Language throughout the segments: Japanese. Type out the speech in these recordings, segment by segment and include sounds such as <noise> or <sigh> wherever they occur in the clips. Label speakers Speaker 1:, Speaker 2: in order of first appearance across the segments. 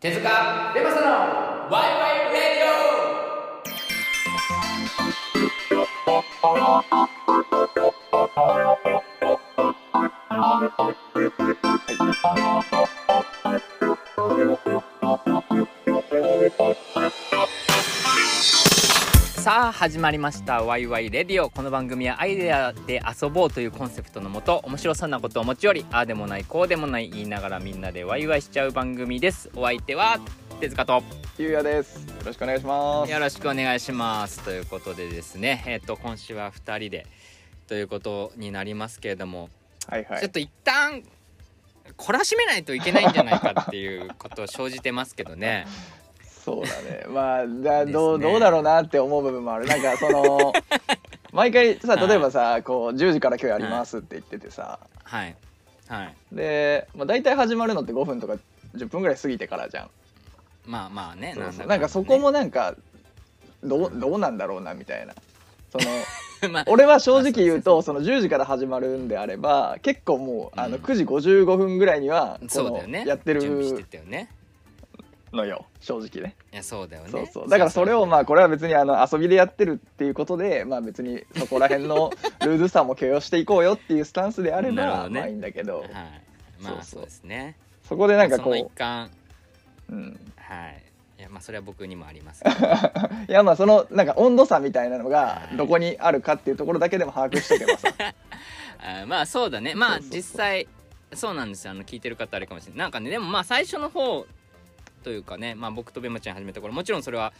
Speaker 1: 手塚レマサのワイワイレディオさあ始まりました「ワイワイレディオ」この番組はアイデアで遊ぼうというコンセプトのもと面白そうなことを持ち寄りああでもないこうでもない言いながらみんなでワイワイしちゃう番組ですお相手は手塚と
Speaker 2: ゆうやです。よろしくお願いします。
Speaker 1: よろしくお願いしますということでですねえっ、と今週は2人でということになりますけれども、
Speaker 2: はいは
Speaker 1: ちょ
Speaker 2: い
Speaker 1: っ。と一旦懲らしめないといけないんじゃないかっていうことを生じてますけどね
Speaker 2: そうだね。まあ、だ、
Speaker 1: ですね
Speaker 2: どう、どうだろうなって思う部分もある。なんか、そ
Speaker 1: <laughs>
Speaker 2: の。毎回さ、例えばさ、こう、10時から今日やりますって言っててさ。
Speaker 1: はいはい
Speaker 2: で、まあ、大体始まるのって5分とか10分ぐらい過ぎてからじゃん。
Speaker 1: まあまあね
Speaker 2: そうそう
Speaker 1: だ
Speaker 2: なん
Speaker 1: だ
Speaker 2: か、そこもなんか。どう、どうなんだろうなみたいな。その
Speaker 1: <laughs> まあ
Speaker 2: 俺は正直言うとその10時から始まるんであれば結構もうあの
Speaker 1: うん
Speaker 2: 9時55分ぐらいにはこ
Speaker 1: そうだ
Speaker 2: の
Speaker 1: よね
Speaker 2: やって
Speaker 1: 準備して
Speaker 2: る
Speaker 1: たよね
Speaker 2: のよ正直ね。
Speaker 1: いやそうだよね
Speaker 2: そうそうだからそれをまあこ
Speaker 1: れ
Speaker 2: れは別にあの遊びでやってるっていうことでまあ別にそこら辺のルーズさも許容していこうよっていうスタンスであれ
Speaker 1: なるほ
Speaker 2: ば
Speaker 1: どね
Speaker 2: まあいいんだけど、
Speaker 1: はい
Speaker 2: そ
Speaker 1: まあ
Speaker 2: うそう
Speaker 1: そうですね
Speaker 2: そこでなんかこ
Speaker 1: その一
Speaker 2: う、
Speaker 1: 環
Speaker 2: うん、
Speaker 1: はいいやまあそれは僕にもあ
Speaker 2: <laughs>
Speaker 1: りますけど
Speaker 2: いやまあそのなんか温度差みたいなのが
Speaker 1: はい
Speaker 2: どこにあるかっていうところだけでも把握しとけばさ <laughs>
Speaker 1: あーまあそうだねま
Speaker 2: そ
Speaker 1: あ
Speaker 2: うそうそう
Speaker 1: 実際そうなんですよあの聞いてる方あれかもしれないなんかねでもまあ最初の方というかね、まあ、僕とベマちゃん始めた頃もちろんそれは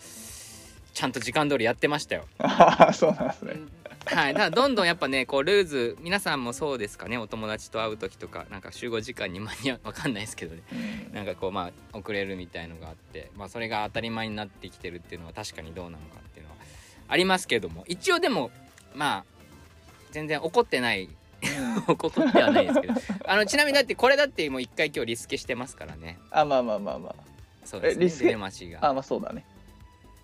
Speaker 1: ちゃんと時間通りやってましたよ、
Speaker 2: あーそうなんですね
Speaker 1: はいだからどんどんやっぱねこうルーズ皆さんもそうですかねお友達と会う時とかなんか集合時間に間に合うわかんないですけどねなんかこうまあ遅れるみたいのがあって、まあ、それが当たり前になってきてるっていうのは確かにどうなのかっていうのはありますけども一応でもまあ全然怒ってない怒ってはないですけどあのちなみにだってこれだってもう一回今日リスケしてますからね
Speaker 2: あまあまあまあま
Speaker 1: そうですね
Speaker 2: えリスケ
Speaker 1: デマシー
Speaker 2: ああ
Speaker 1: が
Speaker 2: まあそうだね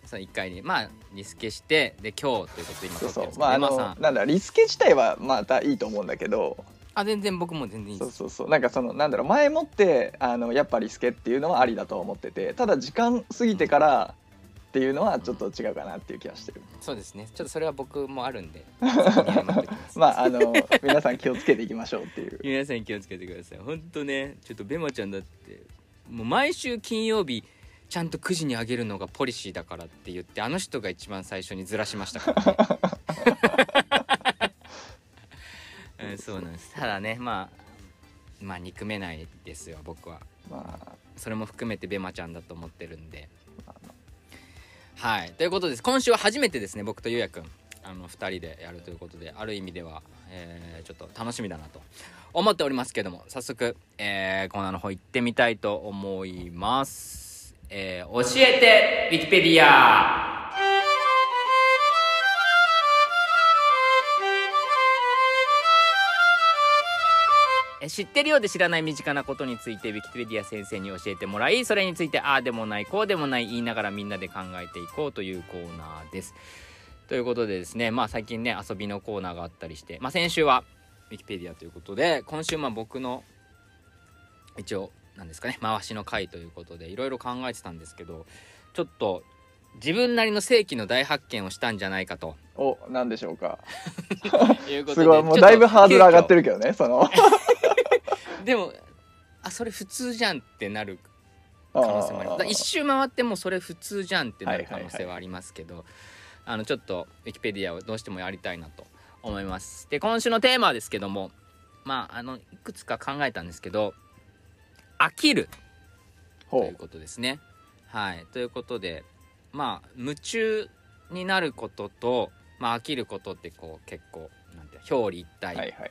Speaker 1: そう一回にまあリスケしてで今日ということで今
Speaker 2: そ
Speaker 1: 撮
Speaker 2: う
Speaker 1: って
Speaker 2: そ
Speaker 1: るんで
Speaker 2: う
Speaker 1: すけ
Speaker 2: ま
Speaker 1: ど
Speaker 2: ああ
Speaker 1: デマさ
Speaker 2: の
Speaker 1: ん
Speaker 2: なんだリスケ自体はまたいいと思うんだけど
Speaker 1: あ全然僕も全然いい
Speaker 2: そ
Speaker 1: で
Speaker 2: う
Speaker 1: す
Speaker 2: そうそうなんかそのなんだろう前もってあのやっぱリスケっていうのはありだと思っててただ時間過ぎてからっていうのはちょっと違うかなっていう気がしてる、
Speaker 1: そうですねちょっとそれは僕もある
Speaker 2: <laughs>
Speaker 1: んで先に謝っときます
Speaker 2: まああ
Speaker 1: <laughs>
Speaker 2: の皆さん気をつけていきましょうっていう
Speaker 1: 皆さん気をつけてくださいほんとねちょっとベマちゃんだってもう毎週金曜日ちゃんと9時にあげるのがポリシーだからって言ってあの人が一番最初にずらしましたからねうんそうなんですただねまあまあ憎めないですよ僕は
Speaker 2: まあ
Speaker 1: それも含めてベマちゃんだと思ってるんではいということです今週は初めてですね僕とゆうやくんあの2人でやるということである意味では、えーちょっと楽しみだなと思っておりますけども早速、えーコーナーの方行ってみたいと思います、えー教えてウィキペディアえ知ってるようで知らない身近なことについてウィキペディア先生に教えてもらいそれについてああでもないこうでもない言いながらみんなで考えていこうというコーナーです。ということでですねまあ最近ね遊びのコーナーがあったりして、まあ、先週はウィキペディアということで今週まあ僕の一応なんですかね回しの回ということでいろいろ考えてたんですけどちょっと自分なりの世紀の大発見をしたんじゃないかと
Speaker 2: おなんでしょうか
Speaker 1: いうこと
Speaker 2: す
Speaker 1: で
Speaker 2: ごいもうだいぶハードル上がって
Speaker 1: る
Speaker 2: るけどねその
Speaker 1: でもあそれ普通じゃんってなる
Speaker 2: 可
Speaker 1: 可能性もあ
Speaker 2: <laughs>
Speaker 1: りますだから一周回ってもうそれ普通じゃんってなる可能性はありますけど、あのちょっとウィキペディアをどうしてもやりたいなと思いますで今週のテーマですけどもまああのいくつか考えたんですけど「飽きる」とい
Speaker 2: ほ
Speaker 1: うことですねはいということでまあ夢中になることと、まあ、飽きることってこう結構なんて表裏一
Speaker 2: う
Speaker 1: 体
Speaker 2: はいはいはい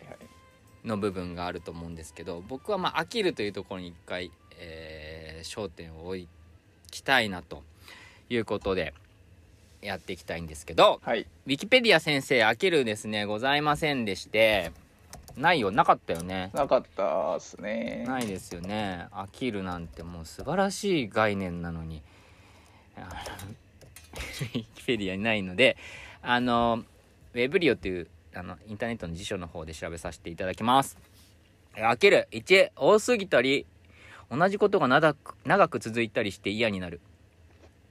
Speaker 1: の部分があると思うんですけど僕はまあ飽きるというところに一回、えー焦点を置きたいなということでやっていきたいんですけど
Speaker 2: はい
Speaker 1: ウィキペディア先生飽きるですねございませんでしてないよなかったよね
Speaker 2: なかったっすね
Speaker 1: ないですよね飽きるなんてもう素晴らしい概念なのにあの <laughs> ウィキペディアにないのであのウェブリオというあのインターネットの辞書の方で調べさせていただきますえ飽きる1多すぎたり同じことが長く長く続いたりして嫌になる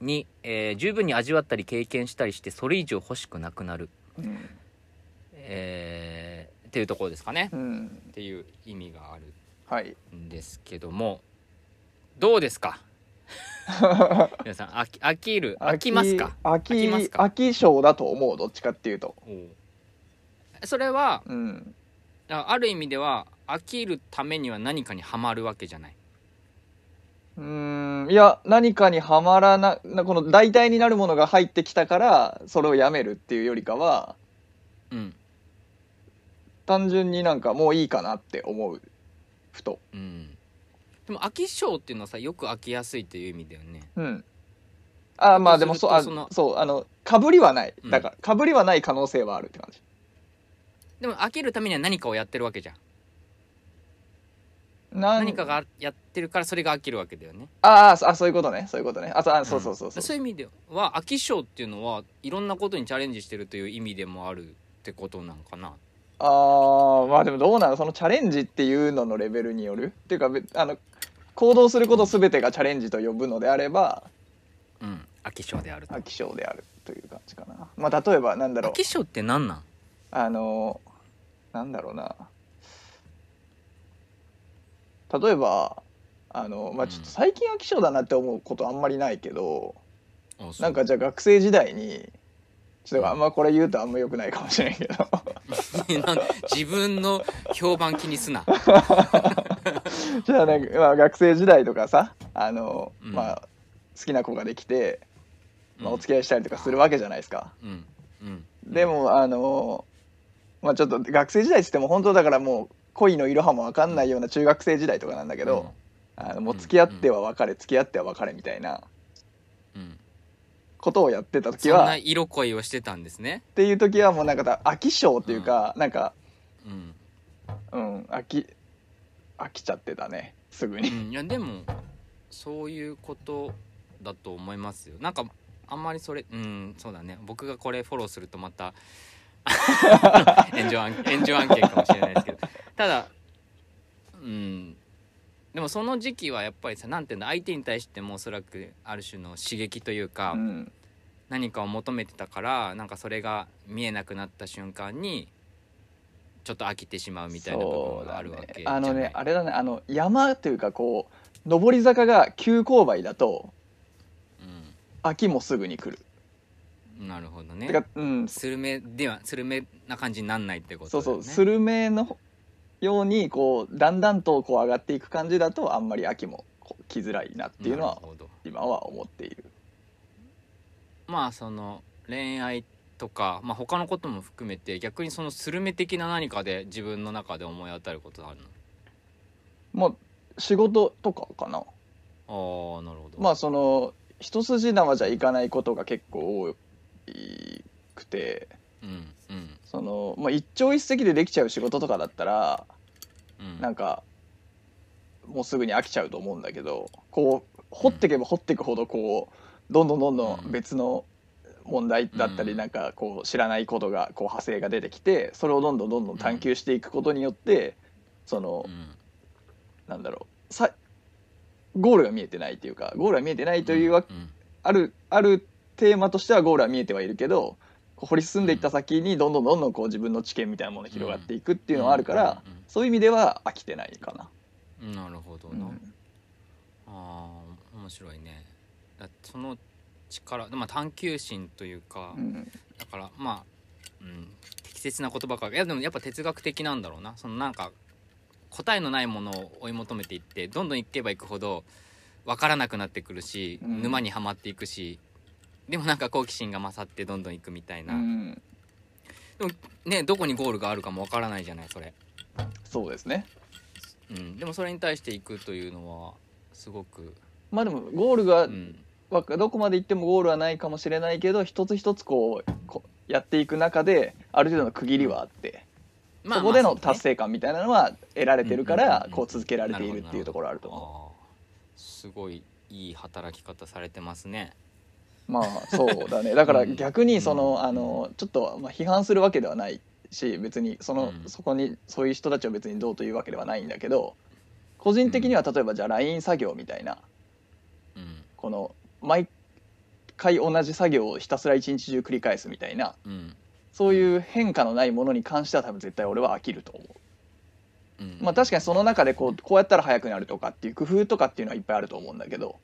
Speaker 1: 2、えー十分に味わったり経験したりしてそれ以上欲しくなくなる、
Speaker 2: うん
Speaker 1: えーっていうところですかね、
Speaker 2: うん
Speaker 1: っていう意味がある
Speaker 2: はい
Speaker 1: んですけどもどうで
Speaker 2: <laughs>
Speaker 1: すか皆さん飽き飽きる飽きますか
Speaker 2: 飽き
Speaker 1: 飽きますか
Speaker 2: 飽き性だと思うどっちかっていうと
Speaker 1: それは
Speaker 2: うん
Speaker 1: あある意味では飽きるためには何かにはまるわけじゃない、
Speaker 2: うーんいや何かにはまらななこの代替になるものが入ってきたからそれをやめるっていうよりかは
Speaker 1: うん
Speaker 2: 単純になんかもういいかなって思うふと
Speaker 1: うん、でも飽き性っていうのはさよく飽きやすいっていう意味だよね
Speaker 2: うんあーまあでもそう
Speaker 1: そう
Speaker 2: あ
Speaker 1: するとその
Speaker 2: そうあのかぶりはない
Speaker 1: うん
Speaker 2: だから、かぶりはない可能性はあるって感じ
Speaker 1: でも飽きるためには何かをやってるわけじゃん
Speaker 2: 何
Speaker 1: 何かがやってるからそれが飽きるわけだよね
Speaker 2: あーそあそういうことねそういうことねあそうあそうそうそう
Speaker 1: うんそ
Speaker 2: そう
Speaker 1: いう意味では飽き性っていうのはいろんなことにチャレンジしてるという意味でもあるってことなんかな
Speaker 2: あーまあでもどうなのそのチャレンジっていうののレベルによるっていうかべあの行動すること全てがチャレンジと呼ぶのであれば
Speaker 1: うん飽き性であると
Speaker 2: 飽き性であるという感じかなまあ例えばなんだろ
Speaker 1: 飽
Speaker 2: う
Speaker 1: き性って何なん
Speaker 2: あのなんだろうな例えばあのまあちょっと最近飽き性だなって思うことあんまりないけど、
Speaker 1: あそう
Speaker 2: なんかじゃあ学生時代にちょっとあんまこれ言うとあんま良くないかもしれんけど <laughs>
Speaker 1: なん自分の評判気に
Speaker 2: <laughs>
Speaker 1: すな
Speaker 2: じゃあなんか、まあ、学生時代とかさあの、
Speaker 1: うん
Speaker 2: まあ好きな子ができて、まあ、
Speaker 1: うん
Speaker 2: お付き合いしたりとかするわけじゃないですか。
Speaker 1: うんうん
Speaker 2: でもあのまあちょっと学生時代っつっても本当だからもう恋のいろはもわかんないような中学生時代とかなんだけど、あのもう付き合っては別れ付き合っては別れみたいな
Speaker 1: うんうん
Speaker 2: ことをやってた時
Speaker 1: そん
Speaker 2: は
Speaker 1: な
Speaker 2: っ
Speaker 1: 色恋をしてたんですね
Speaker 2: ていう時はもうなんかだ飽き性っていうか、なんか
Speaker 1: うん
Speaker 2: うん飽き飽きちゃってたねすぐ
Speaker 1: う
Speaker 2: に、
Speaker 1: ん、いやでもそういうことだと思いますよなんかあんまりそれうんそうだね僕がこれフォローするとまた <laughs> 炎上案炎上案件かもしれないですけどただうんでもその時期はやっぱりさ何ていうんだ相手に対してもおそらくある種の刺激というか、
Speaker 2: うん
Speaker 1: 何かを求めてたからなんかそれが見えなくなった瞬間にちょっと飽きてしまうみたいな部分があるわ
Speaker 2: そ
Speaker 1: け
Speaker 2: うだ
Speaker 1: じ
Speaker 2: ね
Speaker 1: ゃ
Speaker 2: あ
Speaker 1: ない
Speaker 2: のねあれだねあの山というかこう上り坂が急勾配だと飽きもすぐに来る
Speaker 1: うん、なるほどね
Speaker 2: てかうん
Speaker 1: スルメではスルメな感じになんないってこと
Speaker 2: そう
Speaker 1: だ
Speaker 2: そ
Speaker 1: よね
Speaker 2: うスルメのようにこうだんだんとこう上がっていく感じだとあんまり秋もこう来づらいなっていうの
Speaker 1: な
Speaker 2: は
Speaker 1: るほど
Speaker 2: 今は思っている
Speaker 1: まあその恋愛とか、まあ、他のことも含めて逆にそのスルメ的な何かで自分の中で思い当たることある
Speaker 2: もう仕事とかかな
Speaker 1: のああなるほど
Speaker 2: まあその一筋縄じゃいかないことが結構多いくて
Speaker 1: うんうん
Speaker 2: その、まあ、一朝一夕でできちゃう仕事とかだったら
Speaker 1: うん
Speaker 2: なんかもうすぐに飽きちゃうと思うんだけどこう掘ってけば掘っていくほどこうどんどんどんど
Speaker 1: うん
Speaker 2: ん別の問題だった
Speaker 1: う
Speaker 2: り
Speaker 1: ん
Speaker 2: なんかこう知らないことがこう派生が出てきてそれをどんどんどんどん探求していくことによってその
Speaker 1: うん
Speaker 2: なんだろうさゴールが見えてないというかゴールが見えてないというわ
Speaker 1: ん
Speaker 2: あるあるテーマとしてはゴールは見えてはいるけどこう掘り進んでいった先にどんどんどんどんこう自分の知見みたいなものが広がっていくっていうのはあるからそういう意味では飽きてないかな。
Speaker 1: うんうんなるほど
Speaker 2: う
Speaker 1: な、
Speaker 2: ん
Speaker 1: あー面白いねだその力、まあ、探求心というか、
Speaker 2: うん
Speaker 1: だからまあ、うん、適切な言葉かいやでもやっぱ哲学的なんだろうなそのなんか答えのないものを追い求めていってどんどん行けば行くほど分からなくなってくるし、
Speaker 2: うん
Speaker 1: 沼にはまっていくしでもなんか好奇心が勝ってどんどん行くみたいな、
Speaker 2: うん
Speaker 1: ねどこにゴールがあるかも分からないじゃないそれ、
Speaker 2: そうですね
Speaker 1: うん、でもそれに対して行くというのはすごく、
Speaker 2: まあでもゴールが、
Speaker 1: うん、
Speaker 2: わどこまで行ってもゴールはないかもしれないけど一つ一つこうこうやっていく中である程度の区切りはあって、
Speaker 1: まあ
Speaker 2: そこで
Speaker 1: ま
Speaker 2: の
Speaker 1: あ
Speaker 2: 達成感みたいなのは得られてるか
Speaker 1: うんうんうん
Speaker 2: ら、
Speaker 1: うん
Speaker 2: こう続けられてい
Speaker 1: な
Speaker 2: る
Speaker 1: るほど
Speaker 2: っていうところあると思
Speaker 1: あーすごいいい働き方されてますね
Speaker 2: うまあそうだねだから
Speaker 1: うん
Speaker 2: 逆にその、
Speaker 1: うん
Speaker 2: あのちょっとまあ批判するわけではないし別にその、
Speaker 1: うん
Speaker 2: そこにそういう人たちを別にどうというわけではないんだけど個人的には例えばじゃあ LINE 作業みたいな
Speaker 1: うん
Speaker 2: この毎回同じ作業をひたすら一日中繰り返すみたいな
Speaker 1: うん
Speaker 2: そういう変化のないものに関しては多分絶対俺は飽きると思
Speaker 1: うん
Speaker 2: うまあ確かにその中でこうこうやったら速くなるとかっていう工夫とかっていうのはいっぱいあると思うんだけど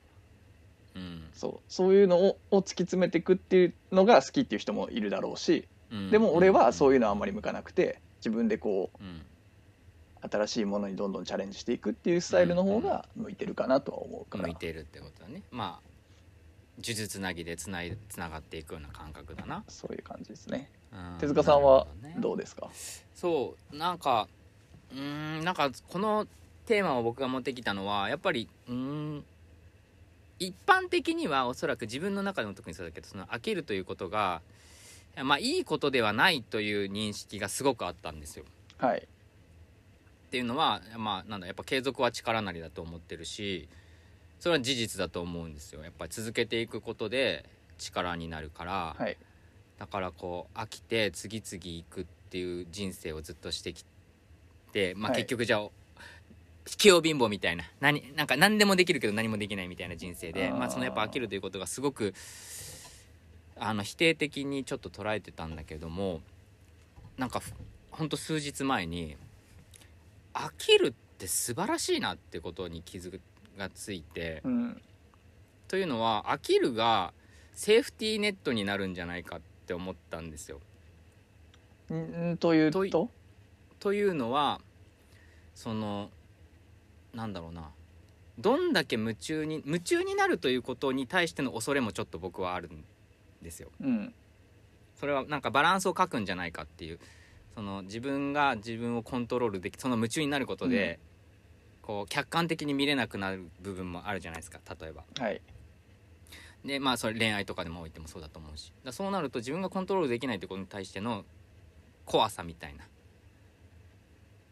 Speaker 1: うん
Speaker 2: そうそういうのをを突き詰めていくっていうのが好きっていう人もいるだろうし
Speaker 1: うん
Speaker 2: でも俺はそう
Speaker 1: い
Speaker 2: いうのはあんまり向かなくて自分でこ
Speaker 1: うん、うん
Speaker 2: う新しいものにどんどんチャレンジしていくっていうスタイルの方が向いてるかなとは思うから
Speaker 1: 向いてるってことだねまあ呪術つなぎでつないつながっていくような感覚だな、
Speaker 2: そういう感じですね
Speaker 1: うん
Speaker 2: 手塚さんは
Speaker 1: なるほ
Speaker 2: ど
Speaker 1: どね
Speaker 2: うですか
Speaker 1: そうなんかうーんなんかこのテーマを僕が持ってきたのはやっぱりうーん一般的にはおそらく自分の中でも特にそうだけどその飽きるということがまあいいことではないという認識がすごくあったんですよ。
Speaker 2: はい
Speaker 1: っていうのはまあなんだやっぱ継続は力なりだと思ってるしそれは事実だと思うんですよやっぱり続けていくことで力になるから、
Speaker 2: はい
Speaker 1: だからこう飽きて次々行くっていう人生をずっとしてきてまあ
Speaker 2: はい
Speaker 1: 結局じゃあ、器用貧乏みたいな何なんか何でもできるけど何もできないみたいな人生で
Speaker 2: あー
Speaker 1: まあそのやっぱ飽きるということがすごくあの否定的にちょっと捉えてたんだけどもなんかふほんと数日前に飽きるって素晴らしいなってことに気づくがついて
Speaker 2: うん
Speaker 1: というのは飽きるがセーフティーネットになるんじゃないかって思ったんですよ。
Speaker 2: んんという
Speaker 1: と
Speaker 2: と
Speaker 1: いというのはそのなんだろうなどんだけ夢中に夢中になるということに対しての恐れもちょっと僕はあるんですよ。
Speaker 2: うん
Speaker 1: それはなんかバランスを書くんじゃないかっていうその自分が自分をコントロールできその夢中になることで、こう客観的に見れなくなる部分もあるじゃないですか例えば。
Speaker 2: はい
Speaker 1: でまあそれ恋愛とかでもおいてもそうだと思うしだからそうなると自分がコントロールできないってことに対しての怖さみたいな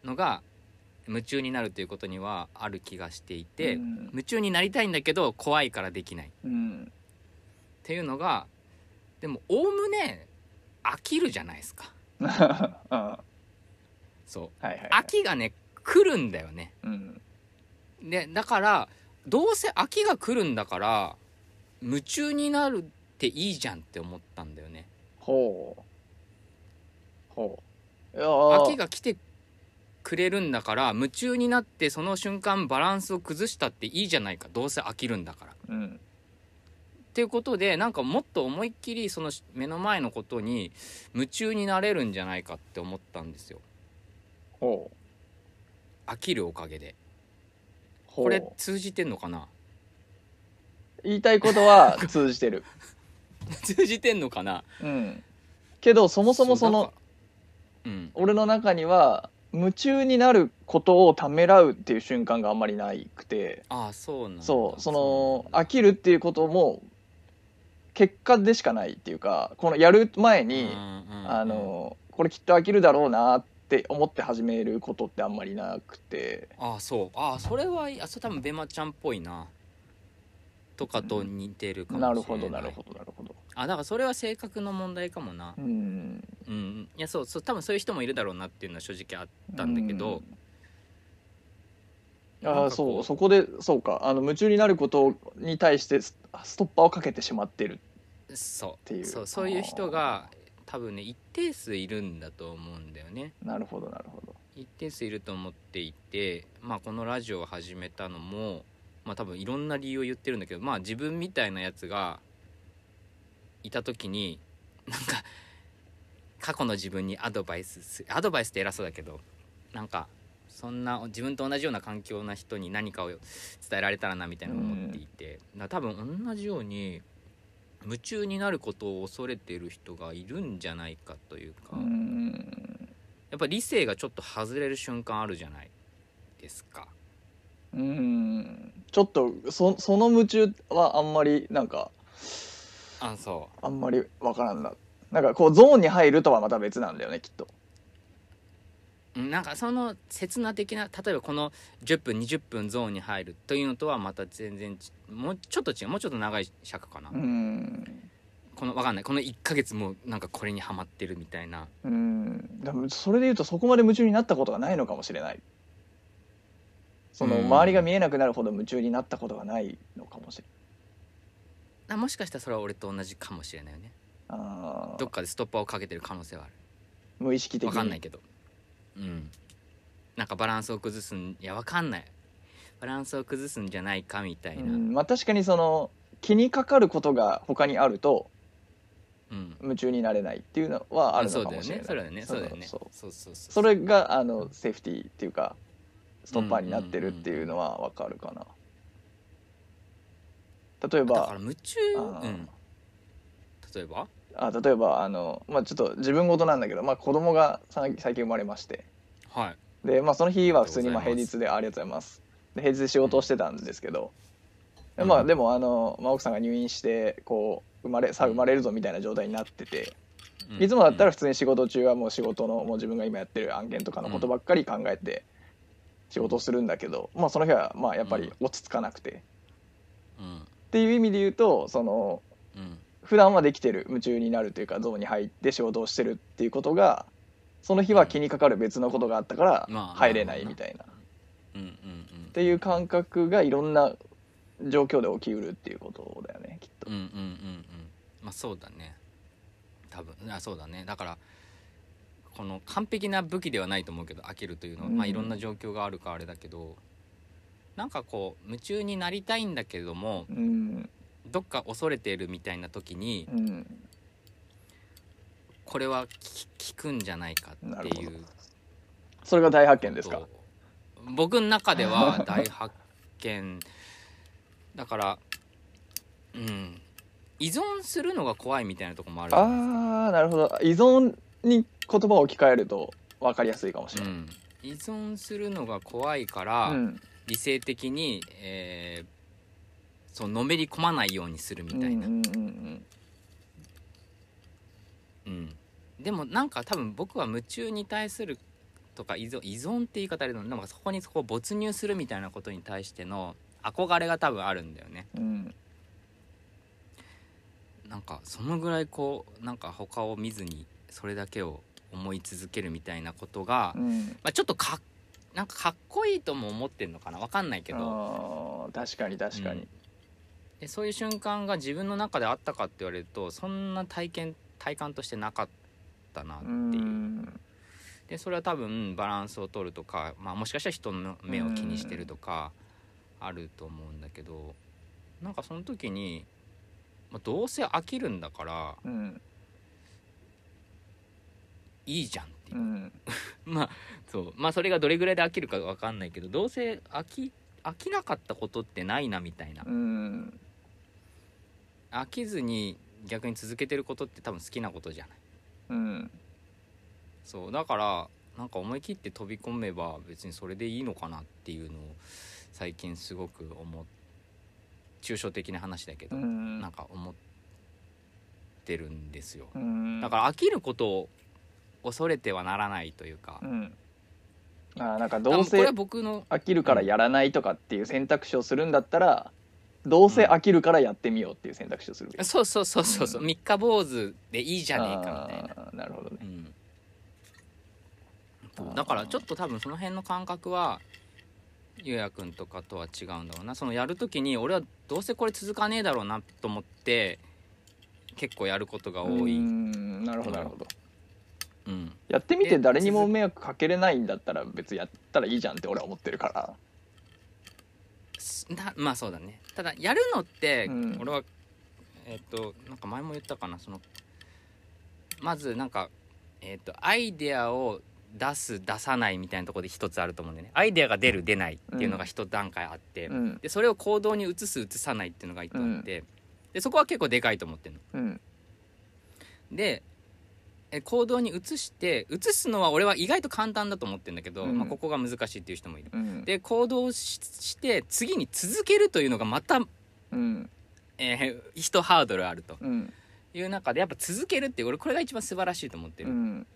Speaker 1: のが夢中になるということにはある気がしていて、
Speaker 2: うん
Speaker 1: 夢中になりたいんだけど怖いからできないっ
Speaker 2: うん
Speaker 1: ていうのがでもおおむね飽きるじゃないですか
Speaker 2: うんは
Speaker 1: そう
Speaker 2: いはいはい
Speaker 1: 飽きがね来るんだよね
Speaker 2: うん
Speaker 1: でだからどうせ飽きが来るんだから夢中になるっていいじゃんって思ったんだよね
Speaker 2: ほうほういや
Speaker 1: 秋
Speaker 2: ー
Speaker 1: が来てくれるんだから夢中になってその瞬間バランスを崩したっていいじゃないかどうせ飽きるんだから。っ
Speaker 2: うん
Speaker 1: ていうことでなんかもっと思いっきりその目の前のことに夢中になれるんじゃないかって思ったんですよ
Speaker 2: ほう
Speaker 1: 飽きるおかげで
Speaker 2: ほう
Speaker 1: これ通じてんのかな <laughs>
Speaker 2: 言いたいことは通じてる
Speaker 1: 通じてんのかな
Speaker 2: うんけどそもそもそう
Speaker 1: だ
Speaker 2: の
Speaker 1: からうん
Speaker 2: 俺の中には夢中になることをためらうっていう瞬間があんまりないくて
Speaker 1: ああそうなんだ
Speaker 2: そうその
Speaker 1: あ
Speaker 2: 飽きるっていうことも結果でしかないっていうかこのやる前にあのこれきっと飽きるだろうなって思って始めることってあんまりなくて
Speaker 1: ああそうああそれはいいあそれ多分ベマちゃんっぽいなとかと似てるかもしれな
Speaker 2: ないるほどなるほどなるほど
Speaker 1: あだからそれは性格の問題かもな
Speaker 2: うん
Speaker 1: うんうんいやそうそう多分そういう人もいるだろうなっていうのは正直あったんだけど、
Speaker 2: うんあ
Speaker 1: な
Speaker 2: あ
Speaker 1: んかこ
Speaker 2: そうそこでそうかあの夢中になることに対してスストッパーをかけてしまってる
Speaker 1: そう
Speaker 2: っていう
Speaker 1: そうそういう人が多分ね一定数いるんだと思うんだよね
Speaker 2: なるほどなるほど
Speaker 1: 一定数いると思っていてまあこのラジオを始めたのもまあ多分いろんな理由を言ってるんだけどまあ自分みたいなやつがいた時になんか過去の自分にアドバイスすアドバイスって偉そうだけどなんかそんな自分と同じような環境な人に何かを伝えられたらなみたいな思っていて、だから多分同じように夢中になることを恐れている人がいるんじゃないかというか。
Speaker 2: うん
Speaker 1: やっぱ理性がちょっと外れる瞬間あるじゃないですか
Speaker 2: うんちょっとそその夢中はあんまりなんか
Speaker 1: あそ
Speaker 2: あんまりわからんななんかこうゾーンに入るとはまた別なんだよねきっと
Speaker 1: ううんなんかその刹那的な例えばこの10分20分ゾーンに入るというのとはまた全然ちもうちょっと違うもうちょっと長い尺かな、
Speaker 2: うん
Speaker 1: このわかんないこの1ヶ月もなんかこれにはまってるみたいな
Speaker 2: うんでもそれで言うとそこまで夢中になったことがないのかもしれないその
Speaker 1: うん
Speaker 2: 周りが見えなくなるほど夢中になったことがないのかもしれ
Speaker 1: あもしかしたらそれは俺と同じかもしれないよね
Speaker 2: ないあー
Speaker 1: どっかでストッパーをかけてる可能性はある
Speaker 2: 無意識的
Speaker 1: わ
Speaker 2: に
Speaker 1: かんないけどうんなんかバランスを崩すんいやわかんないバランスを崩すんじゃないかみたいな、う
Speaker 2: うん
Speaker 1: ん
Speaker 2: まあ、確かにその気にかかることが他にあると夢中になれないっていうのはある
Speaker 1: そ
Speaker 2: の
Speaker 1: う
Speaker 2: か
Speaker 1: だよ
Speaker 2: もしれな
Speaker 1: ね
Speaker 2: い
Speaker 1: そうだよねそうだよね
Speaker 2: そ
Speaker 1: そう
Speaker 2: そう
Speaker 1: うそうそう
Speaker 2: それがあのセーフティーっていうかストッパーになってるっていうのはわかるかな例え
Speaker 1: だから
Speaker 2: ば
Speaker 1: 夢中
Speaker 2: あ
Speaker 1: う
Speaker 2: ー
Speaker 1: ん例えば
Speaker 2: あ例えばあの、まあ、ちょっと自分事なんだけど、まあ、子供がさ最近生まれまして
Speaker 1: はい
Speaker 2: で、まあ、その日は普通にまあ
Speaker 1: ありが
Speaker 2: 平
Speaker 1: とうございます
Speaker 2: 日でありがとうございますで平日で仕事をしてたんですけど、で
Speaker 1: うん
Speaker 2: まあ、でもあの、まあ、奥さんが入院してこう生まれさあ生まれるぞみたいな状態になってて
Speaker 1: うん
Speaker 2: いつもだったら普通に仕事中はもう仕事のもう自分が今やってる案件とかのことばっかり考えて仕事をするんだけど、まあ、その日はまあやっぱり落ち着かなくて、っ
Speaker 1: うん
Speaker 2: ていう意味で言うとその
Speaker 1: うん
Speaker 2: 普段はできてる夢中になるというかゾーンに入って仕事をしてるっていうことがその日は気にかかる別のことがあったから
Speaker 1: まあ
Speaker 2: 入れないみたいな、っ
Speaker 1: うんうんうん
Speaker 2: ていう感覚がいろんな状況で起きうるっていうことだよねきっと
Speaker 1: うんうんうんうんまあそうだね多分あそうだねだからこの完璧な武器ではないと思うけど飽きるというのは、まあ
Speaker 2: うん
Speaker 1: いろんな状況があるからあれだけどなんかこう夢中になりたいんだけれども
Speaker 2: うん
Speaker 1: どっか恐れているみたいな時に
Speaker 2: うん
Speaker 1: これはき効くんじゃないか
Speaker 2: な
Speaker 1: っ
Speaker 2: る
Speaker 1: て
Speaker 2: ほ
Speaker 1: い
Speaker 2: ど
Speaker 1: う
Speaker 2: それが大発見ですか
Speaker 1: こ、と僕の中では大発見だからうん依存するのが怖いみたいなとこもあるじゃないですか
Speaker 2: ああなるほど依存に言葉を置き換えると分かりやすいかもしれ
Speaker 1: う
Speaker 2: ない、
Speaker 1: ん、依存するのが怖いから、
Speaker 2: うん
Speaker 1: 理性的に、えーそうのめり込まないようにするみたいな、
Speaker 2: う
Speaker 1: うん
Speaker 2: んうんうん
Speaker 1: でもなんか多分僕は夢中に対するとか依存依存って言い方あれだななんかそこにそこを没入するみたいなことに対しての憧れが多分あるんだよね
Speaker 2: うんうん
Speaker 1: なんかそのぐらいこうなんか他を見ずにそれだけを思い続けるみたいなことが、
Speaker 2: う
Speaker 1: ま
Speaker 2: ん
Speaker 1: あ、ちょっとかっなんかかっこいいとも思ってんのかなわかんないけ
Speaker 2: あ
Speaker 1: ど
Speaker 2: ー確かに確かに、
Speaker 1: でそういう瞬間が自分の中であったかって言われるとそんな体験体感としてなかったなっていうう、
Speaker 2: ん
Speaker 1: でそれは多分バランスを取るとか、まあ、もしかしたら人の目を気にしてるとかあると思うんだけどなんかその時に、まあ、どうせ飽きるんだから
Speaker 2: うん
Speaker 1: いいじゃんっていうう、
Speaker 2: ん
Speaker 1: <laughs> まあそうまあそれがどれぐらいで飽きるかわかんないけどどうせ飽き飽きなかったことってないなみたいな
Speaker 2: うん
Speaker 1: 飽きずに逆に続けてることって多分好きなことじゃない
Speaker 2: うん
Speaker 1: そうだからなんか思い切って飛び込めば別にそれでいいのかなっていうのを最近すごく思っ抽象的な話だけ
Speaker 2: う
Speaker 1: ど、
Speaker 2: ん
Speaker 1: なんか思ってるんですよ、
Speaker 2: うん
Speaker 1: だから飽きることを恐れてはならないというか、
Speaker 2: うんあーなんか
Speaker 1: 多
Speaker 2: どう
Speaker 1: 分これ
Speaker 2: せ
Speaker 1: は僕の
Speaker 2: 飽きるからやらないとかっていう選択肢をするんだったらどうせ飽きるからやってみようっていう選択肢をするべき
Speaker 1: そうそうそうそうそう
Speaker 2: うん
Speaker 1: 三日坊主でいいじゃねえかみたいな
Speaker 2: あーなるほどね
Speaker 1: うん
Speaker 2: あー
Speaker 1: だからちょっと多分その辺の感覚はゆうやくんとかとは違うんだろうなそのやる時に俺はどうせこれ続かねえだろうなと思って結構やることが多い、
Speaker 2: う
Speaker 1: うん
Speaker 2: んなるほどなるほどやってみ
Speaker 1: え
Speaker 2: て誰にも迷惑かけれないんだったら別にやったらいいじゃんって俺は思ってるから
Speaker 1: すなまあそうだねただやるのって
Speaker 2: うん
Speaker 1: 俺は、えっとなんか前も言ったかなそのまずなんかえっとアイデアを出す出さないみたいなところで一つあると思うんだよねアイデアが出る出ないっていうのが一段階あって、
Speaker 2: うん
Speaker 1: でそれを行動に移す移さないっていうのが一個あって、でそこは結構でかいと思ってるの。
Speaker 2: うん
Speaker 1: でえ行動に移して移すのは俺は意外と簡単だと思ってるんだけど、
Speaker 2: うん
Speaker 1: まあ、ここが難しいっていう人もいる。
Speaker 2: うん
Speaker 1: で行動しして次に続けるというのがまた、
Speaker 2: うん
Speaker 1: えー、一ハードルあると
Speaker 2: うん
Speaker 1: いう中でやっぱ続けるって俺これが一番素晴らしいと思って
Speaker 2: う
Speaker 1: る、
Speaker 2: ん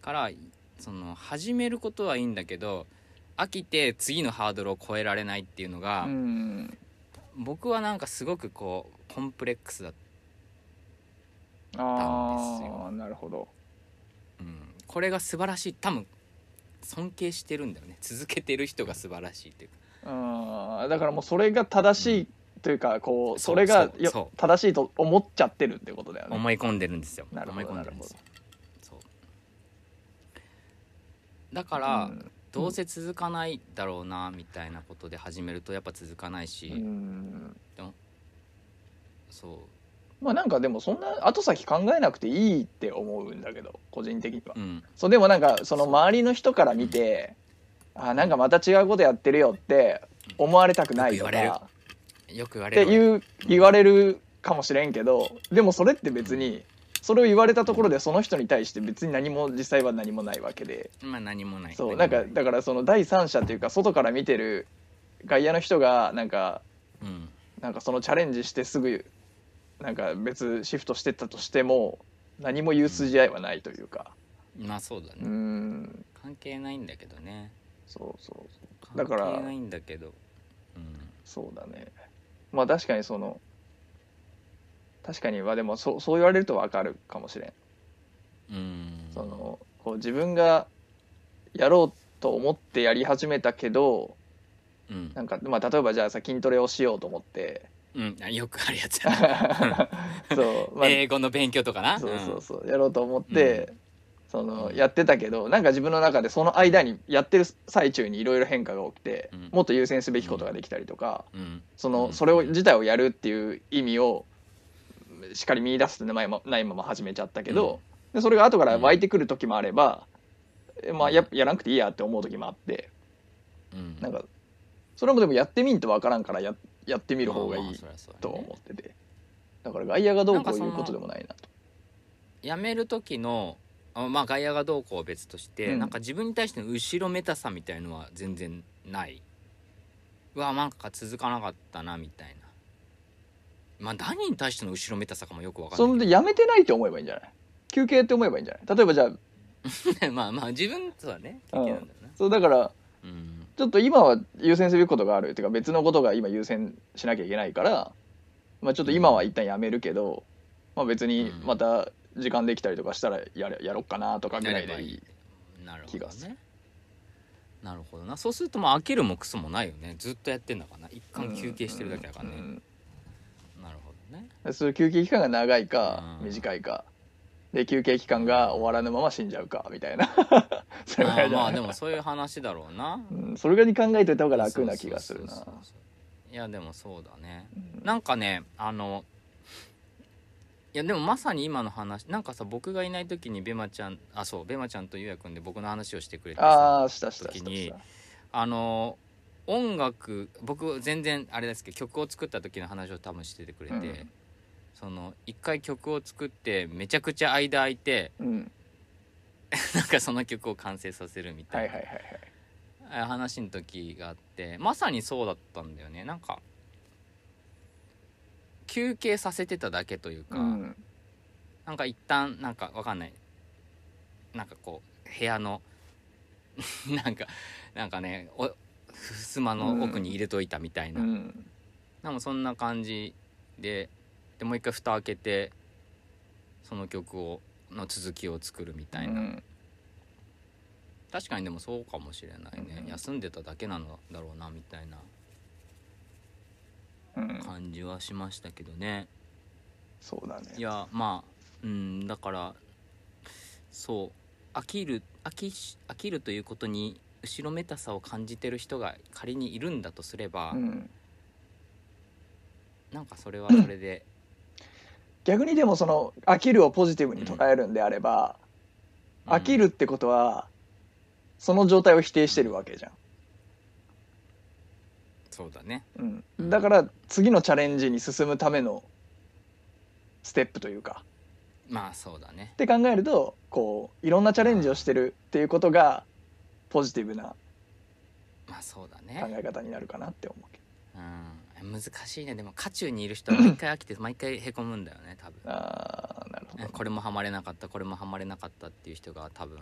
Speaker 1: からその始めることはいいんだけど飽きて次のハードルを超えられないっていうのが、
Speaker 2: うん
Speaker 1: 僕はなんかすごくこうコンプレックスだった
Speaker 2: あ
Speaker 1: たんですよ
Speaker 2: あなるほど
Speaker 1: うん、これが素晴らしい多分尊敬してるんだよね続けてる人が素晴らしいっていうか
Speaker 2: うんだからもうそれが正しいというかこう
Speaker 1: そ
Speaker 2: そうれが
Speaker 1: そう
Speaker 2: よ
Speaker 1: そ
Speaker 2: 正しいと思っちゃってるってことだよね。
Speaker 1: 思い込んでるんですよ
Speaker 2: なるほど
Speaker 1: 思い込んでるんですよそうだから、
Speaker 2: うん
Speaker 1: どうせ続かないだろうなみたいなことで始めるとやっぱ続かないし、
Speaker 2: うん
Speaker 1: そう
Speaker 2: まあなんかでもそんな後先考えなくていいって思うんだけど個人的には。
Speaker 1: うん
Speaker 2: そうでもなんかその周りの人から見てあなんかまた違うことやってるよって思われたくないと
Speaker 1: よく言われる
Speaker 2: か
Speaker 1: よく言わ
Speaker 2: って
Speaker 1: れる
Speaker 2: いう言われるかもしれんけどでもそれって別にそれを言われたところでその人に対して別に何も実際は何もないわけで
Speaker 1: まあ何もない
Speaker 2: そうなんかだからその第三者というか外から見てる外野の人がなんか
Speaker 1: うん
Speaker 2: なんかそのチャレンジしてすぐなんか別シフトしてったとしても何も言う筋合いはないというか
Speaker 1: まあそうだね、
Speaker 2: うーん
Speaker 1: 関係ないんだけどね
Speaker 2: そうそうそう
Speaker 1: 関
Speaker 2: だから
Speaker 1: 係ないんだけどうん
Speaker 2: そうだねまあ確かにその確かにはでもそうそう言われるとわかるかもしれん
Speaker 1: うん
Speaker 2: そのこう自分がやろうと思ってやり始めたけど
Speaker 1: うん
Speaker 2: なんか、まあ、例えばじゃあさ筋トレをしようと思って
Speaker 1: <laughs> うん、あよくあるやつやな
Speaker 2: そう、 <laughs> まあ、
Speaker 1: 英語の勉強とかな
Speaker 2: そうそう
Speaker 1: そ
Speaker 2: そうやろうと思って、その
Speaker 1: うん
Speaker 2: やってたけどなんか自分の中でその間にやってる最中にいろいろ変化が起きて、
Speaker 1: うん
Speaker 2: もっと優先すべきことができたりとか、
Speaker 1: うん、うん
Speaker 2: そうの
Speaker 1: ん
Speaker 2: それを自体をやるっていう意味をしっかり見出すってないまないまま始めちゃったけど、でそれが後から湧いてくる時もあれば、えまあ、ややらなくていいやって思う時もあって
Speaker 1: うん、
Speaker 2: なんかそれもでもやってみんとわからんからややってみる方が
Speaker 1: ま
Speaker 2: い
Speaker 1: あまあ
Speaker 2: い
Speaker 1: そりゃそうだね
Speaker 2: と思っててだから外野がどうこういうことでもないなと。
Speaker 1: 辞める時のあまあ外野がどうこうは別として、
Speaker 2: うん
Speaker 1: なんか自分に対しての後ろめたさみたいのは全然ないうわなんか続かなかったなみたいなまあ何に対しての後ろめたさかもよく分か
Speaker 2: そ
Speaker 1: ん
Speaker 2: ん
Speaker 1: ない
Speaker 2: でやめてないって思えばいいんじゃない休憩って思えばいいんじゃない例えばじゃあ
Speaker 1: けど <laughs> まあまあ自分とはね
Speaker 2: うん
Speaker 1: 経験なんだよな
Speaker 2: そうだから
Speaker 1: うん
Speaker 2: ちょっと今は優先すべきことがあるっていうか別のことが今優先しなきゃいけないから、まあ、ちょっと今は一旦やめるけど、まあ、別に
Speaker 1: うん
Speaker 2: また時間できたりとかしたらやれやろっかなとかぐらいでいい。
Speaker 1: なるほ
Speaker 2: 気
Speaker 1: ど
Speaker 2: がす
Speaker 1: ねなるほどなそうするとまあ飽きるもクソもないよねずっとやってんだからな一貫休憩してるだけだからね、
Speaker 2: うん
Speaker 1: なるほどね
Speaker 2: うんそういう休憩期間が長いか
Speaker 1: うん
Speaker 2: 短いかで休憩期間が終わらぬまま死んじゃうかみたいな <laughs> それぐ
Speaker 1: あ
Speaker 2: らい
Speaker 1: ー
Speaker 2: じゃ
Speaker 1: ま
Speaker 2: な
Speaker 1: あ
Speaker 2: い
Speaker 1: でもそういう話だろうな
Speaker 2: うん、それぐらいに考えといた方が楽な気がする
Speaker 1: そう
Speaker 2: な
Speaker 1: そうそうそういやでもそうだね
Speaker 2: うん
Speaker 1: なんかねあのいやでもまさに今の話なんかさ僕がいない時にベマちゃんあそうベマちゃんとゆうやくんで僕の話をしてくれてさ
Speaker 2: ああしたしたしたし
Speaker 1: 時に
Speaker 2: た
Speaker 1: あの音楽僕全然あれですけど曲を作った時の話を多分しててくれて、
Speaker 2: うん
Speaker 1: その一回曲を作ってめちゃくちゃ間空いて
Speaker 2: うん
Speaker 1: なんかその曲を完成させるみ
Speaker 2: は
Speaker 1: た
Speaker 2: い
Speaker 1: い
Speaker 2: はいはい
Speaker 1: な話の時があってまさにそうだったんだよねなんか休憩させてただけというか、
Speaker 2: はい、うん、
Speaker 1: なんか一旦なんかわかんないなんかこう部屋の <laughs> なんかなんかねお襖の奥に入れといたみたいな、
Speaker 2: うん、
Speaker 1: なんかそんな感じででもう一回蓋開けてその曲をの続きを作るみたいな、
Speaker 2: うん
Speaker 1: 確かにでもそうかもしれないね、
Speaker 2: うん
Speaker 1: 休んでただけなのだろうなみたいな
Speaker 2: うん、
Speaker 1: 感じはしましたけどね、
Speaker 2: そうだね
Speaker 1: いやまあうんだからそう飽きる飽きし飽きるということに後ろめたさを感じてる人が仮にいるんだとすれば、
Speaker 2: うん、
Speaker 1: なんかそれはそれで、
Speaker 2: 逆にでもその飽きるをポジティブに捉えるんであれば、飽きるってことはその状態を否定してるわけじゃ
Speaker 1: そうだね
Speaker 2: ん、うん、だから次のチャレンジに進むためのステップというか
Speaker 1: まあそうだね
Speaker 2: って考えるとこういろんなチャレンジをしてるっていうことがポジティブな
Speaker 1: まあそうだ
Speaker 2: 考
Speaker 1: ね、
Speaker 2: え方になるかなって思うけ
Speaker 1: うん、難しいねでも渦中にいる人は毎回飽きて毎回へこむんだよね多
Speaker 2: ど
Speaker 1: 分
Speaker 2: あーなるほど、
Speaker 1: これもハマれなかったこれもハマれなかったっていう人が多分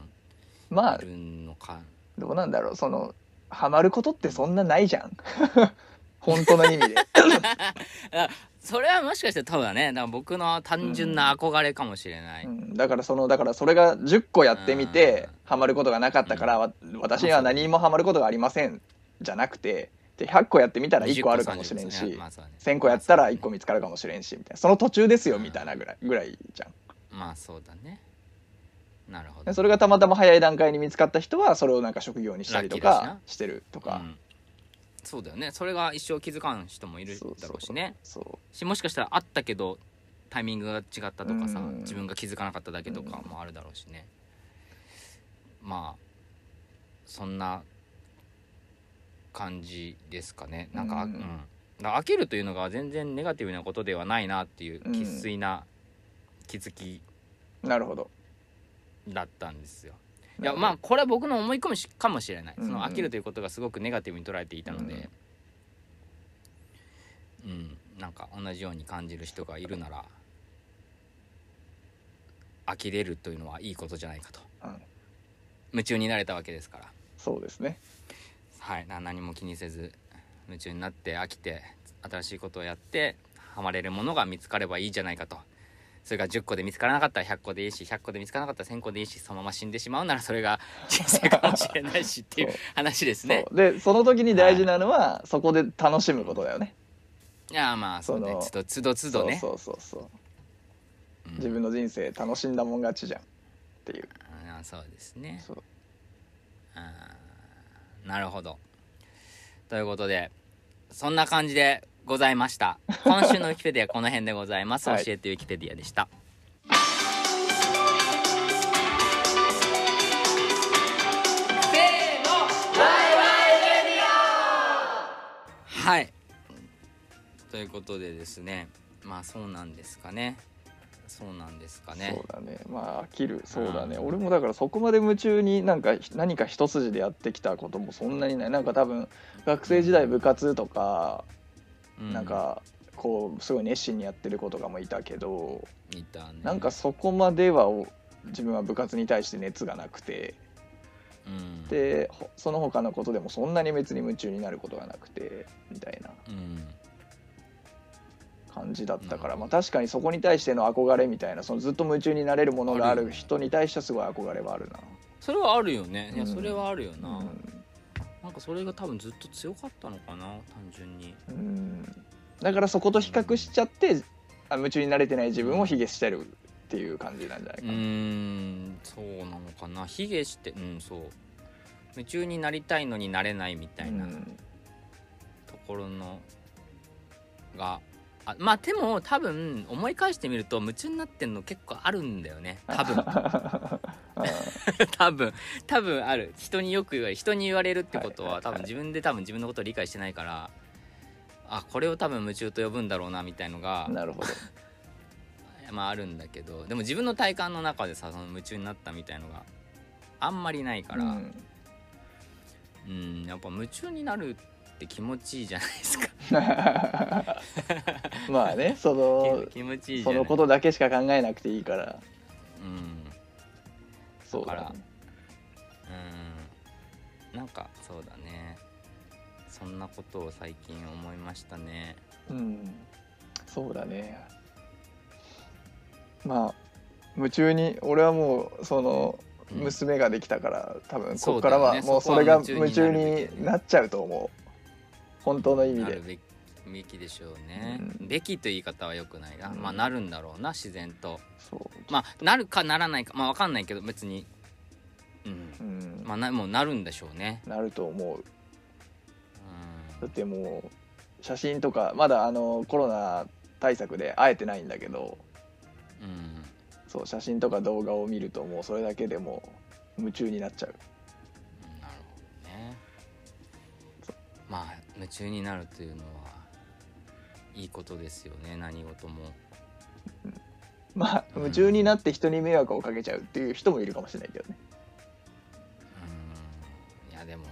Speaker 2: まあ
Speaker 1: いるのか、
Speaker 2: どうなんだろうそのハマることってそんなないじゃん <laughs> 本当の意味
Speaker 1: <laughs>
Speaker 2: で
Speaker 1: それはもしかして多分だねだから僕の単純な憧れかもしれない、
Speaker 2: うんだからそのだからそれが10個やってみて
Speaker 1: うん
Speaker 2: ハマることがなかったから、わ私には何もハマることがありませんじゃなくてで100個やってみたら1個あるかもしれんし、1,000個やったら1個見つかるかもしれんしみたいなその途中ですよみたいなぐらいぐらいじゃん
Speaker 1: まあそうだねなるほ
Speaker 2: で
Speaker 1: ど
Speaker 2: それがたまたま早い段階に見つかった人はそれをなんか職業にしたりと
Speaker 1: ラッキーだし
Speaker 2: か
Speaker 1: な
Speaker 2: してると
Speaker 1: う
Speaker 2: か、
Speaker 1: んそうだよねそれが一生気づかん人もいるだろうしね
Speaker 2: そ
Speaker 1: しもしかしたらあったけどタイミングが違ったとかさ、
Speaker 2: うん
Speaker 1: 自分が気づかなかっただけとかもあるだろうしね、まあそんな感じですかねなんか、う
Speaker 2: うんん
Speaker 1: だから飽きるというのが全然ネガティブなことではないなっていう
Speaker 2: うん
Speaker 1: 生粋な気づき
Speaker 2: うなるほど
Speaker 1: だったんですよ、い
Speaker 2: な
Speaker 1: や
Speaker 2: るほど
Speaker 1: まあこれは僕の思い込みしかもしれない、その
Speaker 2: うんうん
Speaker 1: 飽きるということがすごくネガティブに捉えていたのでうん、なんか同じように感じる人がいるなら飽きれるというのはいいことじゃないかと、
Speaker 2: うん
Speaker 1: 夢中になれたわけですから
Speaker 2: そうですね
Speaker 1: はいな何も気にせず夢中になって飽きて新しいことをやってハマれるものが見つかればいいじゃないかとそれが10個で見つからなかったら100個でいいし100個で見つからなかったら1000個でいいしそのまま死んでしまうならそれが人生かもしれないしっていう
Speaker 2: そう
Speaker 1: 話ですね
Speaker 2: そうでその時に大事なのは、そこで楽しむことだよね
Speaker 1: いやまあそうねつ
Speaker 2: そ
Speaker 1: どつどつどね
Speaker 2: そうそうそうそう
Speaker 1: うん
Speaker 2: 自分の人生楽しんだもん勝ちじゃんっていう
Speaker 1: あーそうですね
Speaker 2: そう
Speaker 1: あーなるほどということでそんな感じでございま
Speaker 2: <laughs>
Speaker 1: した今週のウィキペディアこの辺でございます、
Speaker 2: はい
Speaker 1: 教えてウィキペディアでしたはいということでですねまあそうなんですかねそうなんですかね
Speaker 2: そうだねまあ飽きるそうだね、
Speaker 1: うん
Speaker 2: 俺もだからそこまで夢中になんか何か一筋でやってきたこともそんなにないなんか多分学生時代部活とか、
Speaker 1: う
Speaker 2: なんかこうすごい熱心にやってる子とかもいたけど、
Speaker 1: いたね
Speaker 2: なんかそこまではお自分は部活に対して熱がなくて
Speaker 1: うん
Speaker 2: でほその他のことでもそんなに別に夢中になることがなくてみたいな
Speaker 1: うん
Speaker 2: 感じだったか
Speaker 1: なる
Speaker 2: ら、
Speaker 1: ほど
Speaker 2: まあ、確かにそこに対しての憧れみたいなそのずっと夢中になれるものがある人に対してはすごい憧れはあるな。
Speaker 1: それはあるよねいや
Speaker 2: うん
Speaker 1: それはあるよな、
Speaker 2: うん
Speaker 1: なんかそれが多分ずっと強かったのかな単純に
Speaker 2: うんだからそこと比較しちゃってあ夢中になれてない自分を卑下してるっていう感じなんじゃないうかな、
Speaker 1: ーんそうなのかな卑下してうんそう夢中になりたいのになれないみたいな
Speaker 2: うん
Speaker 1: ところのがあまあでも多分思い返してみると夢中になってんの結構あるんだよね多 <laughs> 分多分多分ある人によく言われ人に言われるってこと
Speaker 2: は
Speaker 1: は
Speaker 2: いはいはい
Speaker 1: 多分自分で多分自分のことを理解してないからあこれを多分夢中と呼ぶんだろうなみたいのが
Speaker 2: なるほど
Speaker 1: まああるんだけどでも自分の体感の中でさその夢中になったみたいのがあんまりないから、う
Speaker 2: うんん
Speaker 1: やっぱ夢中になるって気持ちいいじゃないですか
Speaker 2: まあねその
Speaker 1: <laughs> 気持ちいいじゃ
Speaker 2: そ
Speaker 1: ない
Speaker 2: のことだけしか考えなくていいから
Speaker 1: うん
Speaker 2: そうだ,、ね、
Speaker 1: だからうんなんかそうだねそんなことを最近思いましたね
Speaker 2: うんそうだねまあ夢中に俺はもうその
Speaker 1: うん
Speaker 2: 娘ができたから、多分こ
Speaker 1: そ
Speaker 2: こ
Speaker 1: う
Speaker 2: か
Speaker 1: だよ
Speaker 2: ら
Speaker 1: ね
Speaker 2: はもう
Speaker 1: そ
Speaker 2: そ
Speaker 1: こは
Speaker 2: れが
Speaker 1: 夢
Speaker 2: 夢
Speaker 1: 中
Speaker 2: 中
Speaker 1: になるべき
Speaker 2: になっちゃうと思う本当の意味
Speaker 1: な
Speaker 2: で
Speaker 1: るべきべきでしょうね、
Speaker 2: うん
Speaker 1: べきという言い方はよくないが、
Speaker 2: うん
Speaker 1: まあなるんだろうな自然と
Speaker 2: そう
Speaker 1: まあなるかならないかまあわかんないけど別にうん
Speaker 2: うん
Speaker 1: まあなもうなるんでしょうね
Speaker 2: なると思う
Speaker 1: う
Speaker 2: だっ
Speaker 1: ん
Speaker 2: てもう写真とかまだあのコロナ対策で会えてないんだけど
Speaker 1: うん
Speaker 2: そう写真とか動画を見るともうそれだけでもう夢中になっちゃう
Speaker 1: なるほどねまあ夢中になるというのはいいことですよね何事も
Speaker 2: まあ
Speaker 1: うん
Speaker 2: 夢中になって人に迷惑をかけちゃうっていう人もいるかもしれないけどね
Speaker 1: うんいやでも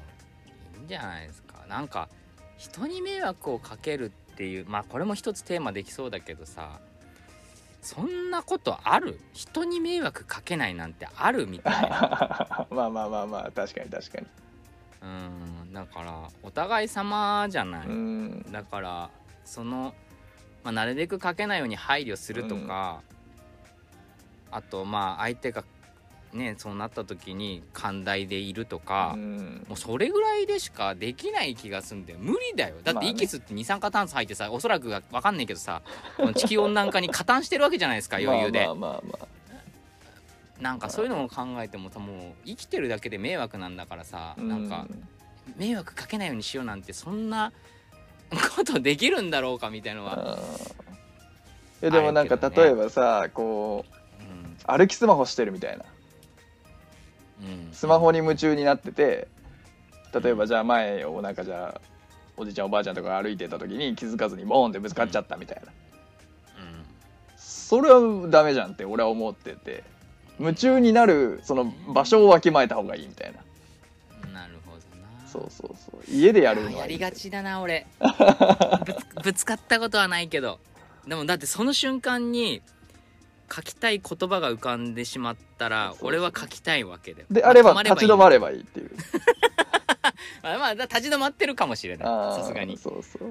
Speaker 1: いいんじゃないですかなんか人に迷惑をかけるっていうまあこれも一つテーマできそうだけどさそんなことある人に迷惑かけないなんてあるみたいな
Speaker 2: <laughs> まあまあまあまあ確かに確かに
Speaker 1: うんだからお互い様じゃない、
Speaker 2: うん
Speaker 1: だからその、まあ、なるべくかけないように配慮するとか、あとまあ相手がねそうなった時に寛大でいるとか、
Speaker 2: うん
Speaker 1: もうそれぐらいでしかできない気がすんで無理だよだっ
Speaker 2: まあ
Speaker 1: て
Speaker 2: ね
Speaker 1: 息吸って二酸化炭素入ってさおそらくわかんないけどさこの地球温暖化に加担してるわけじゃないですか余裕で、
Speaker 2: <laughs> まあまあまあまあ
Speaker 1: なんかそういうのも考えてもさもう生きてるだけで迷惑なんだからさ、
Speaker 2: う
Speaker 1: なんか迷惑かけないようにしようなんてそんなことできるんだろうかみたいのは、
Speaker 2: あーいやでもなんか
Speaker 1: あるけどね
Speaker 2: 例えばさこう
Speaker 1: うん
Speaker 2: 歩きスマホしてるみたいな
Speaker 1: うん、
Speaker 2: スマホに夢中になってて例えばじゃあ前をなんかじゃあおじいちゃんおばあちゃんとか歩いてた時に気づかずにボーンってぶつかっちゃったみたいな
Speaker 1: うん
Speaker 2: それはダメじゃんって俺は思ってて夢中になるその場所をわきまえた方がいいみたいな
Speaker 1: なるほどな
Speaker 2: そうそうそう家でやる
Speaker 1: あー
Speaker 2: の
Speaker 1: や
Speaker 2: はいい
Speaker 1: りがちだな
Speaker 2: <laughs>
Speaker 1: 俺ぶつぶつかったことはないけどでもだってその瞬間に書きたい言葉が浮かんでしまったら
Speaker 2: そうそう
Speaker 1: 俺は書きたいわけだよ
Speaker 2: であれば
Speaker 1: ま
Speaker 2: 立ち
Speaker 1: 止
Speaker 2: 止
Speaker 1: ま
Speaker 2: ま
Speaker 1: れ
Speaker 2: ればいいっていう
Speaker 1: ばいいあまあだ立ち止まってるかもしれな
Speaker 2: あ
Speaker 1: い
Speaker 2: ー
Speaker 1: さすがに、うん、
Speaker 2: そうそう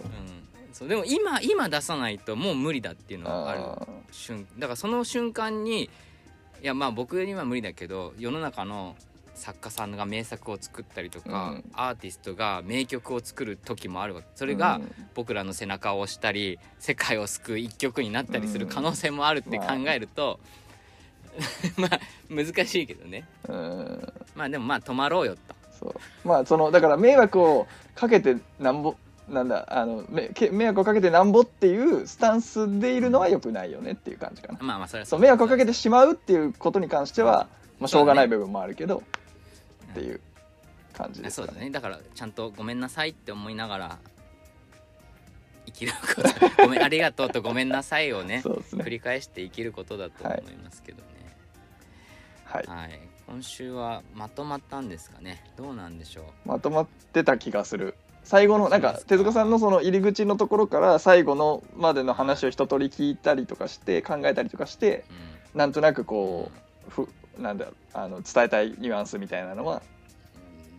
Speaker 1: そうでも今今出さないともう無理だっていうのはある
Speaker 2: あ
Speaker 1: 瞬だからその瞬間にいやまあ僕には無理だけど世の中の作家さんが名作を作ったりとか、
Speaker 2: うん
Speaker 1: アーティストが名曲を作る時もあるわけそ
Speaker 2: そ
Speaker 1: れが僕らの背中を押したり世界を救う一曲になったりする可能性もあるって考えると、 <laughs> まあ難しいけどね
Speaker 2: うん
Speaker 1: まあでもまあ止まろうよと。
Speaker 2: そうまあそのだから迷惑をかけてなんぼなんだあのめけ迷惑をかけてなんぼっていうスタンスでいるのは良くないよねっていう感じかな
Speaker 1: まあまあそれは
Speaker 2: そう迷惑をかけ
Speaker 1: て
Speaker 2: てしまうっていうことに関しては、まあ、しょうがない部分もあるけど、
Speaker 1: ん
Speaker 2: っていう感じです
Speaker 1: そう
Speaker 2: か
Speaker 1: だ
Speaker 2: ね
Speaker 1: ねだからちゃんとごめんなさいって思いながら生きることごめんありがとうとごめんなさいをね
Speaker 2: そうです
Speaker 1: <laughs> 繰
Speaker 2: ね
Speaker 1: り返して生きることだと思いますけどね、
Speaker 2: はい
Speaker 1: はい今週はまとまったんですかねどうなんでしょう
Speaker 2: まとまってた気がする最後のなん
Speaker 1: そうで
Speaker 2: か
Speaker 1: すか
Speaker 2: 手塚さんのその入り口のところから最後のまでの話を一通り聞いたりとかして考えたりとかして
Speaker 1: う
Speaker 2: なんとなく
Speaker 1: ん、
Speaker 2: こうふなんだあの伝えたいニュアンスみたいなのは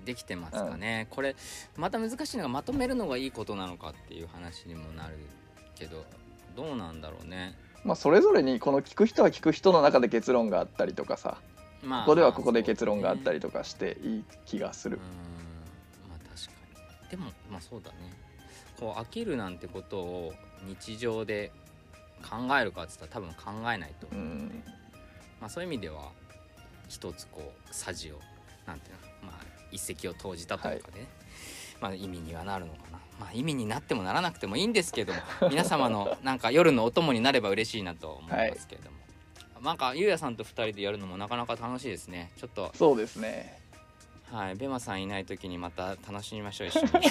Speaker 1: うんできてますかね、これまた難しいのがまとめるのがいいことなのかっていう話にもなるけどどうなんだろうね
Speaker 2: まあ、それぞれにこの聞く人は聞く人の中で結論があったりとかさ
Speaker 1: まあ
Speaker 2: ここではここで結論があった
Speaker 1: り
Speaker 2: りとかしていい気がす
Speaker 1: う,、
Speaker 2: る
Speaker 1: んまあ確かにでもまあそうだねこう飽きるなんてことを日常で考えるかっつったら多分考えないと思う
Speaker 2: う、ん
Speaker 1: まあ、そういう意味では一つこうサジをなんていうの、まあ、一石を投じたというかね、まあ、意味にはなるのかな、まあ、意味になってもならなくてもいいんですけども <laughs> 皆様のなんか夜のお供になれば嬉しいなと思いますけれども、なんかゆうやさんと二人でやるのもなかなか楽しいですねちょっと
Speaker 2: そうですね
Speaker 1: はいベマさんいない時にまた楽しみましょう一緒に <laughs> い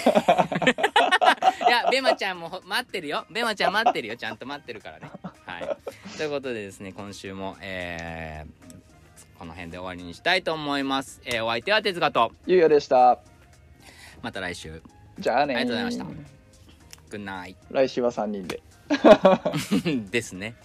Speaker 1: やベマちゃんもほ待ってるよベマちゃん待ってるよちゃんと待ってるからねはいということでですね今週もえーこの辺で終わりにしたいと思います、えーお相手は哲学と
Speaker 2: ゆうやでした
Speaker 1: また来週
Speaker 2: じゃあね
Speaker 1: ありがとうございまし Good night
Speaker 2: 来週は3人で
Speaker 1: <laughs> ですね